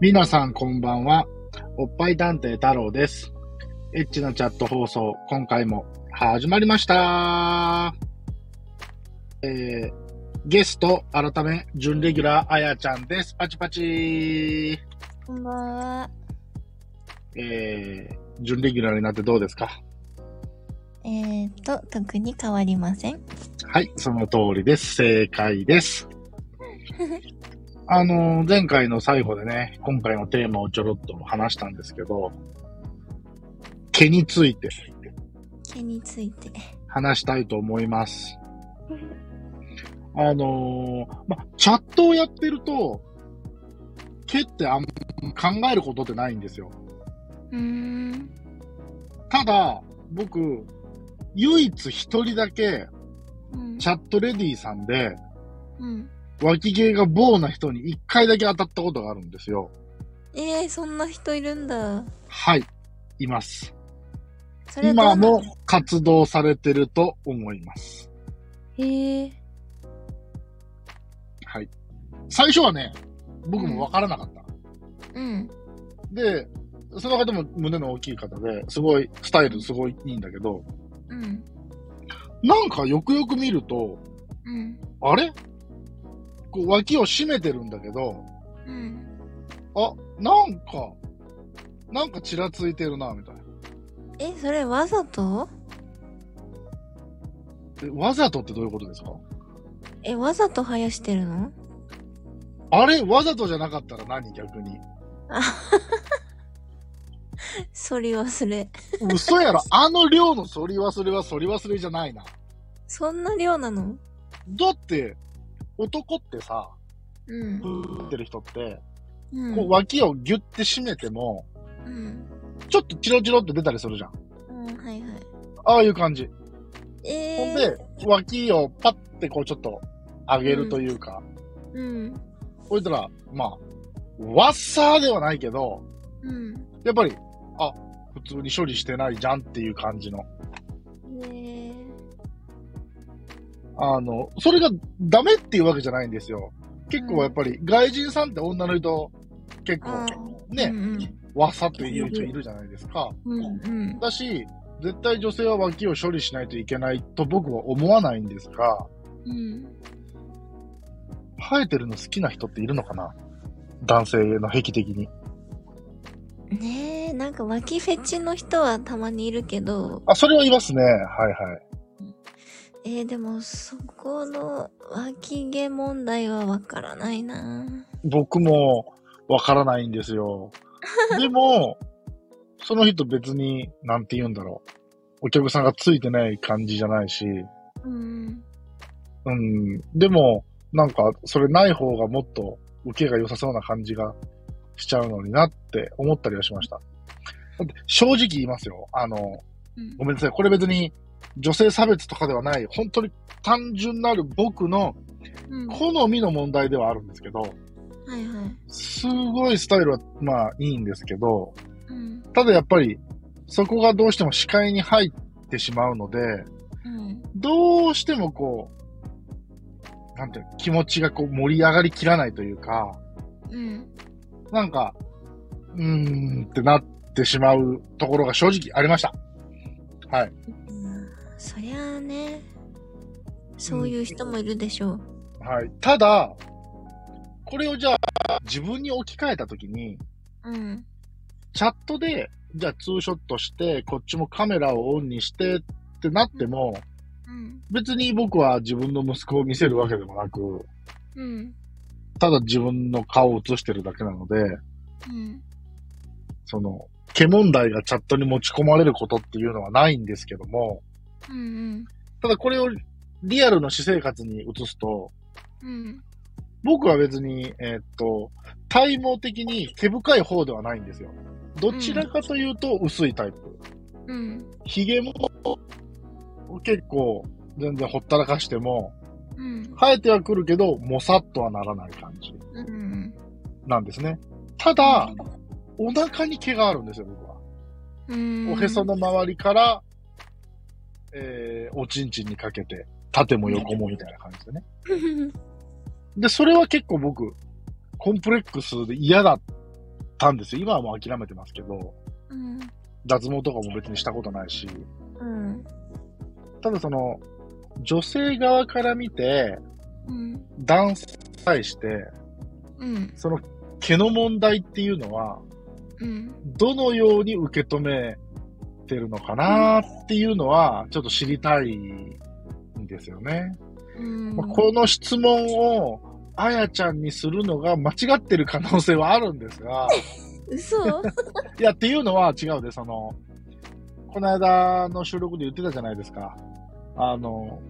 皆さんこんばんは。おっぱい探偵太郎です。エッチなチャット放送、今回も始まりました。えー、ゲスト、改め、準レギュラー、あやちゃんです。パチパチこんばんは。えー、準レギュラーになってどうですかえーと、特に変わりません。はい、その通りです。正解です。あのー、前回の最後でね、今回のテーマをちょろっと話したんですけど、毛について毛について。話したいと思います。あのー、ま、チャットをやってると、毛ってあん考えることってないんですよ。うーん。ただ、僕、唯一一人だけ、うんチャットレディさんで、うん。脇毛が棒な人に一回だけ当たったことがあるんですよ。、えー、そんな人いるんだ。はいいます。それは今どうなもんだ活動されてると思います。えー、はい。最初はね、僕もわからなかった。うん。で、その方も胸の大きい方で、すごい、スタイルすごいいいんだけど、うん。なんかよくよく見ると、うん。あれこう脇を締めてるんだけど、うん。あ、なんか、なんかちらついてるな、みたいな。え、それわざとえわざとってどういうことですかえ、わざと生やしてるのあれわざとじゃなかったら何逆に。そり忘れ。嘘やろ あの量の反り忘れは反り忘れじゃないな。そんな量なのだって、男ってさ、うんふ。ーってる人って、うん。こう脇をギュッて締めても、うん。ちょっとチロチロって出たりするじゃん。うん、はいはい。ああいう感じ。えほー、んで、脇をパッてこうちょっと上げるというか、うん。こういったら、まあ、ワッサーではないけど、うん。やっぱり、あ、普通に処理してないじゃんっていう感じの。えー、あの、それがダメっていうわけじゃないんですよ。結構やっぱり外人さんって女の人、結構あねう、んワッサっていう人いるじゃないですか。うん。うん。だし、絶対女性は脇を処理しないといけないと僕は思わないんですが、うん。生えてるの好きな人っているのかな男性の壁的に。ねえなんか脇フェチの人はたまにいるけどあ、それはいますね。はいはい。えー、でもそこの脇毛問題はわからないな僕もわからないんですよ。でも、その人別に、なんて言うんだろう。お客さんがついてない感じじゃないし、うんうん。でも、なんか、それない方がもっと受けが良さそうな感じがしちゃうのになって思ったりはしました。だって正直言いますよ。あの、うんごめんなさい。これ別に女性差別とかではない、本当に単純なる僕のうんは好みの問題ではあるんですけど、いはいすごいスタイルは、まあ、いいんですけど、うんただやっぱり、そこがどうしても視界に入ってしまうので、うんどうしてもこう、なんていうの気持ちがこう盛り上がりきらないというか、うんなんか、うーんってなってしまうところが正直ありました。はい。うんそりゃあねそういう人もいるでしょうはい。ただ、これをじゃあ自分に置き換えたときに、うんチャットで、じゃあツーショットして、こっちもカメラをオンにしてってなっても、うん別に僕は自分の息子を見せるわけでもなく、うんただ自分の顔を映してるだけなので、うんその、毛問題がチャットに持ち込まれることっていうのはないんですけども、うんただこれをリアルの私生活に移すと、うん僕は別に、えーっと、体毛的に毛深い方ではないんですよ。どちらかというと薄いタイプ。うん髭も結構全然ほったらかしても、うん生えてはくるけど、もさっとはならない感じうんなんですね。ただ、お腹に毛があるんですよ、僕は。うんおへ その周りから、えー、おちんちんにかけて、縦も横もみたいな感じでね。で、それは結構僕、コンプレックスで嫌だったんですよ。今はもう諦めてますけど、うん。脱毛とかも別にしたことないし、うん。ただその、女性側から見て、うん。男性に対して、うん。その毛の問題っていうのは、うん。どのように受け止めてるのかなっていうのは、ちょっと知りたいんですよね。うん。まあこの質問を、あやちゃんにするのが間違ってる可能性はあるんです が、嘘いや、っていうのは違うで、その、この間の収録で言ってたじゃないですか。あの、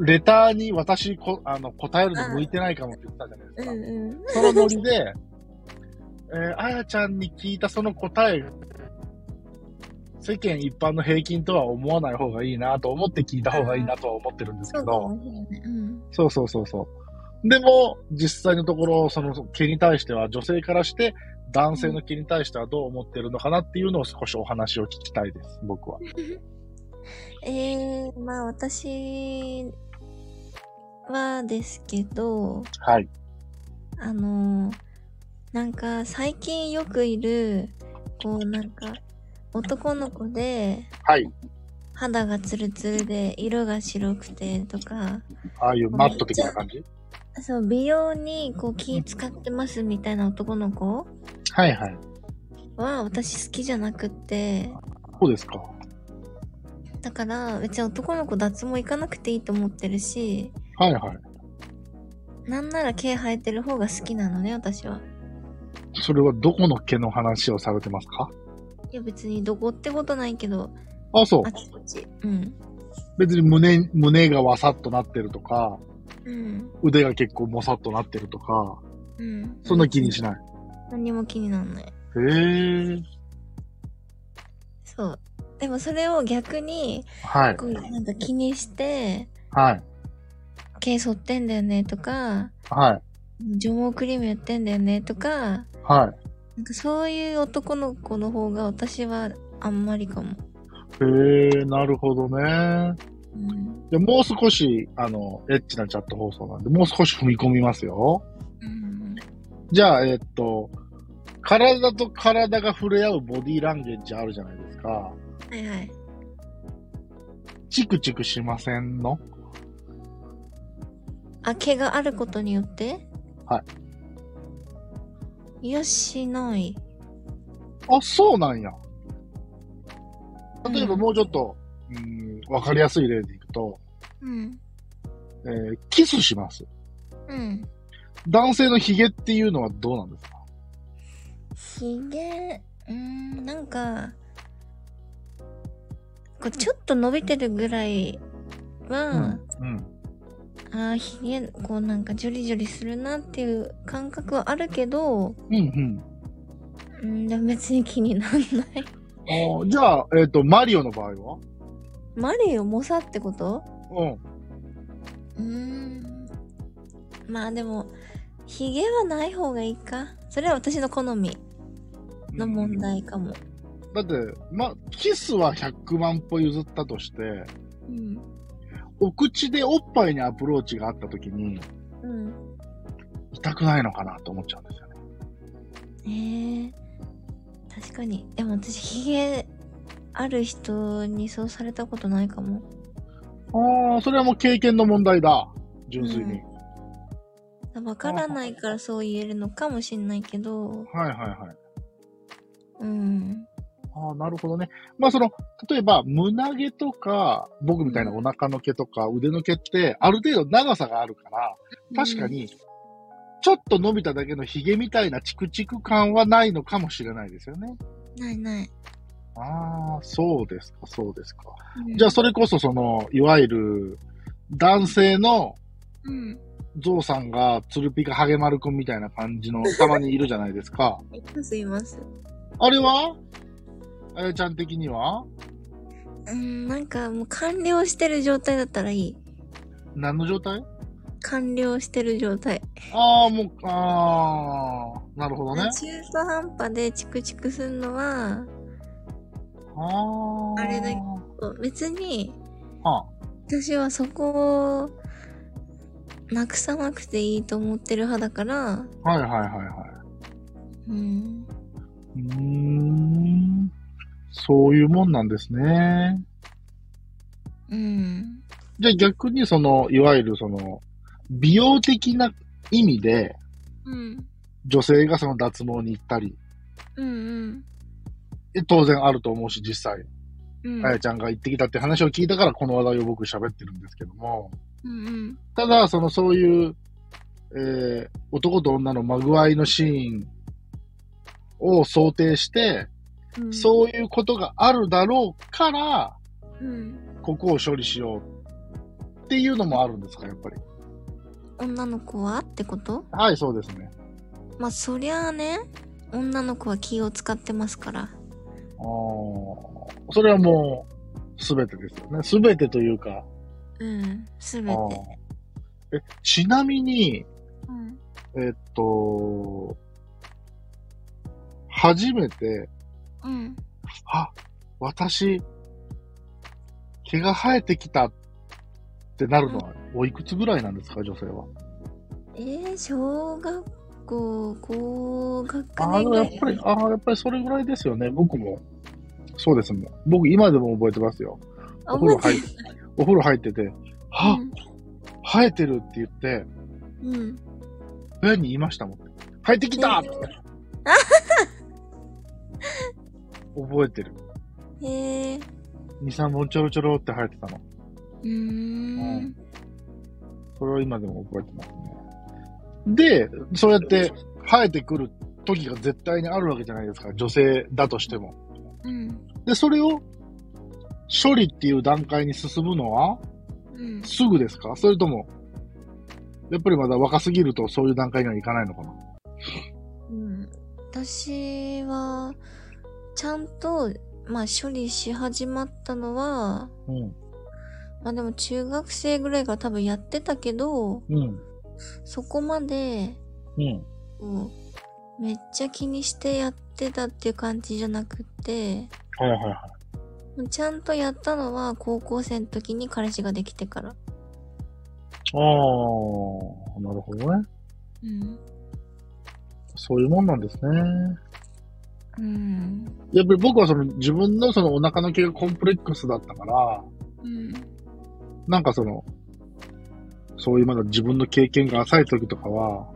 レターに私こあの答えるの向いてないかもって言ってたじゃないですうんか。うそのノリで、 えーあやちゃんに聞いたその答えが、世間一般の平均とは思わない方がいいなと思って聞いた方がいいなとは思ってるんでん。すけそうかど、もしれない。うん。そうそうそうそう。でも、実際のところ、その毛に対しては、女性からして、男性の毛に対してはどう思ってるのかなっていうのを少しお話を聞きたいです、僕は。えー、まあ私はですけど、はい。あのーなんか最近よくいる、こうなんか男の子ではい。肌がツルツルで色が白くてとか、ああいうマット的な感じそう美容にこう気使ってますみたいな男の子はいはい。は私好きじゃなくって、そうですか。だから別に男の子脱毛行かなくていいと思ってるし、はいはい。なんなら毛生えてる方が好きなのね、私は。それはどこの毛の話をされてますかいや別にどこってことないけど、あ、そうあ。ちこち。うん。別に胸、胸がわさっとなってるとか、うん。腕が結構もさっとなってるとか、うん。そんな気にしない。何にも気になんない。へえ。そう。でもそれを逆に、はい。こう、なんか気にして、はい。毛剃ってんだよねとか、はい。除毛クリームやってんだよねとか、はい。なんかそういう男の子の方が私はあんまりかも。へえ、なるほどね。うん。でもう少し、あの、エッチなチャット放送なんで、もう少し踏み込みますよ。うん。じゃあ、えっと、体と体が触れ合うボディーランゲージあるじゃないですか。はいはい。チクチクしませんのあ、毛があることによって。はいいや、しない。あ、そうなんや。例えばうんもうちょっと、うん、わかりやすい例でいくと、うん。えーキスします。うん。男性のヒゲっていうのはどうなんですかひげ、うーん、なんか、こうちょっと伸びてるぐらいは、うん。ああ、ひげ、こうなんかジョリジョリするなっていう感覚はあるけど、うん、うん。うん、でも別に気になん ない。あーじゃあ、えっ、と、マリオの場合はマリオモサってことうん。うーん。まあでも、ひげはない方がいいか。それは私の好みの問題かも。だって、ま、キスは100万歩譲ったとして、うん。お口でおっぱいにアプローチがあった時に、うん。痛くないのかなと思っちゃうんですよね。えー、確かに。でも私、ひげある人にそうされたことないかも。ああ、それはもう経験の問題だ。純粋に。わからないからそう言えるのかもしんないけど、はいはいはい。うん。ああ、なるほどね。まあその、例えば胸毛とか、僕みたいなお腹の毛とか腕の毛って、ある程度長さがあるから、確かに、ちょっと伸びただけのヒゲみたいなチクチク感はないのかもしれないですよね。うん。ないない。ああ、そうですか、そうですか。じゃあそれこそその、いわゆる、男性のうん。ゾウさんが、ツルピカハゲマルくんみたいな感じの、たまにいるじゃないです か。いますいます。あれはあやちゃん的にはうん、なんかもう完了してる状態だったらいい。何の状態完了してる状態。ああ、もう、ああ、なるほどね中。途半端でチクチクするのは、ああ。あれだ別には私はそこをなくさなくていいと思ってる派だから、あ、はいはいはいはい。うん。うーん。そういうもんなんですね。うん。じゃあ逆にその、いわゆるその、美容的な意味で、うん。女性がその脱毛に行ったり、うんえ当然あると思うし、実際、うん。うん。あやちゃんが行ってきたって話を聞いたから、この話題を僕喋ってるんですけども、うんうん。ただ、その、そういう、えー男と女のまぐわいのシーンを想定して、うん。そういうことがあるだろうから、うん。ここを処理しようっていうのもあるんですか、やっぱり。女の子はってことはい、そうですね。まあそりゃあね、女の子は気を使ってますから。あーそれはもう、すべてですよね。すべてというか。うん。すべあて。ーえちなみに、うん。えっと、初めて、うん。あ、私、毛が生えてきたってなるのは、おいくつぐらいなんですか、女性は。えー、小学校、高学あ年ぐの、らやいっぱり、ああ、やっぱりそれぐらいですよね。僕も、そうですもん。僕、今でも覚えてますよ。あお風呂覚え入って、お風呂入ってて、は、生えてるって言って、うん。うん。親に言いましたもん。生えてきたって 覚えてる。へえー。 2、3本ちょろちょろって生えてたの。うーん。それは今でも覚えてますね。で、そうやって生えてくる時が絶対にあるわけじゃないですか。女性だとしても。うん。で、それを処理っていう段階に進むのはうん。すぐですかそれとも、やっぱりまだ若すぎるとそういう段階にはいかないのかなうん、私はちゃんと、まあ、処理し始まったのは、うん。まあ、でも中学生ぐらいから多分やってたけどうん。そこまでうん。こうめっちゃ気にしてやってたっていう感じじゃなくてはいはいはい。ちゃんとやったのは高校生の時に彼氏ができてから。ああ、なるほどね。うん。そういうもんなんですね。うん。やっぱり僕はその自分のそのお腹の毛がコンプレックスだったから、うん。なんかその、そういうまだ自分の経験が浅い時とかは、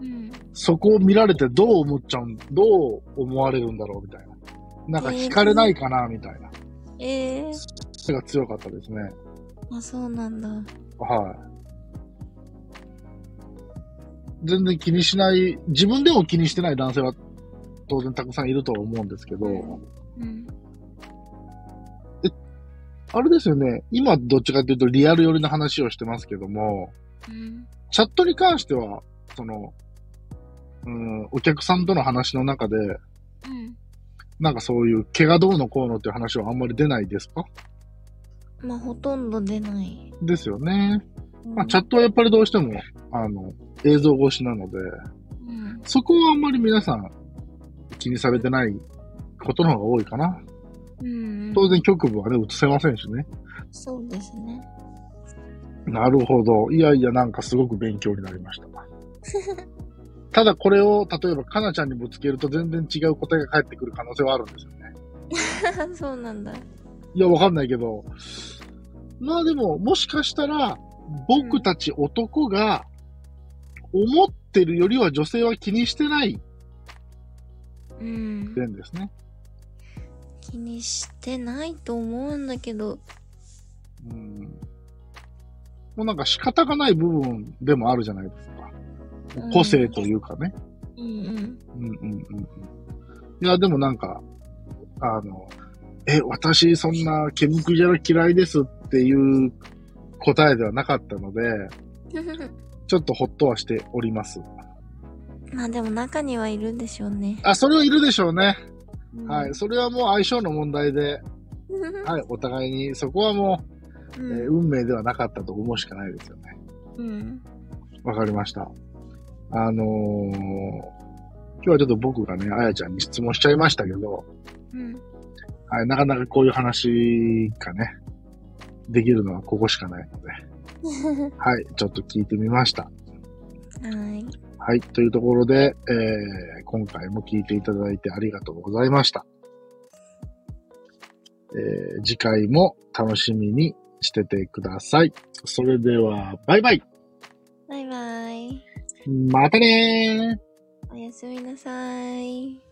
うん。そこを見られてどう思っちゃうん、どう思われるんだろうみたいな。なんか惹かれないかなみたいな。ええそれが強かったですね。あ、そうなんだ。はい。全然気にしない、自分でも気にしてない男性は当然たくさんいるとは思うんですけど、うん。あれですよね、今どっちかというとリアル寄りの話をしてますけども、うん。チャットに関しては、その、うん、お客さんとの話の中で、うん。なんかそういう毛がどうのこうのっていう話はあんまり出ないですかまあ、ほとんど出ない。ですよね。まあ、チょャットはやっぱりどうしても、あの、映像越しなので、うん。そこはあんまり皆さん気にされてないことの方が多いかな。うん。当然局部はね、映せませんしね。そうですね。 なるほど。いやいや、なんかすごく勉強になりました。ただこれを、例えば、かなちゃんにぶつけると全然違う答えが返ってくる可能性はあるんですよね。そうなんだ。いや、わかんないけど。まあでも、もしかしたら、僕たち男が思ってるよりは女性は気にしてないうん。点ですね。気にしてないと思うんだけど。うんもうなんか仕方がない部分でもあるじゃないですか。うん個性というかね。うんうん。うんうんうんうん。いや、でもなんか、あの、え、私そんな毛むくじゃら嫌いですっていう答えではなかったので、ちょっとほっとはしております。 まあでも中にはいるんでしょうね。あ、それはいるでしょうね。うんはい。。それはもう相性の問題で、はい。お互いにそこはもうう、えーん。運命ではなかったと思うしかないですよね。うん。わかりました。あのー今日はちょっと僕がね、あやちゃんに質問しちゃいましたけど、うん。はい、なかなかこういう話がね、できるのはここしかないので、はい、ちょっと聞いてみました。はい。はい。というところで、えー今回も聞いていただいてありがとうございました。えー次回も楽しみにしててください。それでは、バイバイバイバイ。またねーおやすみなさい。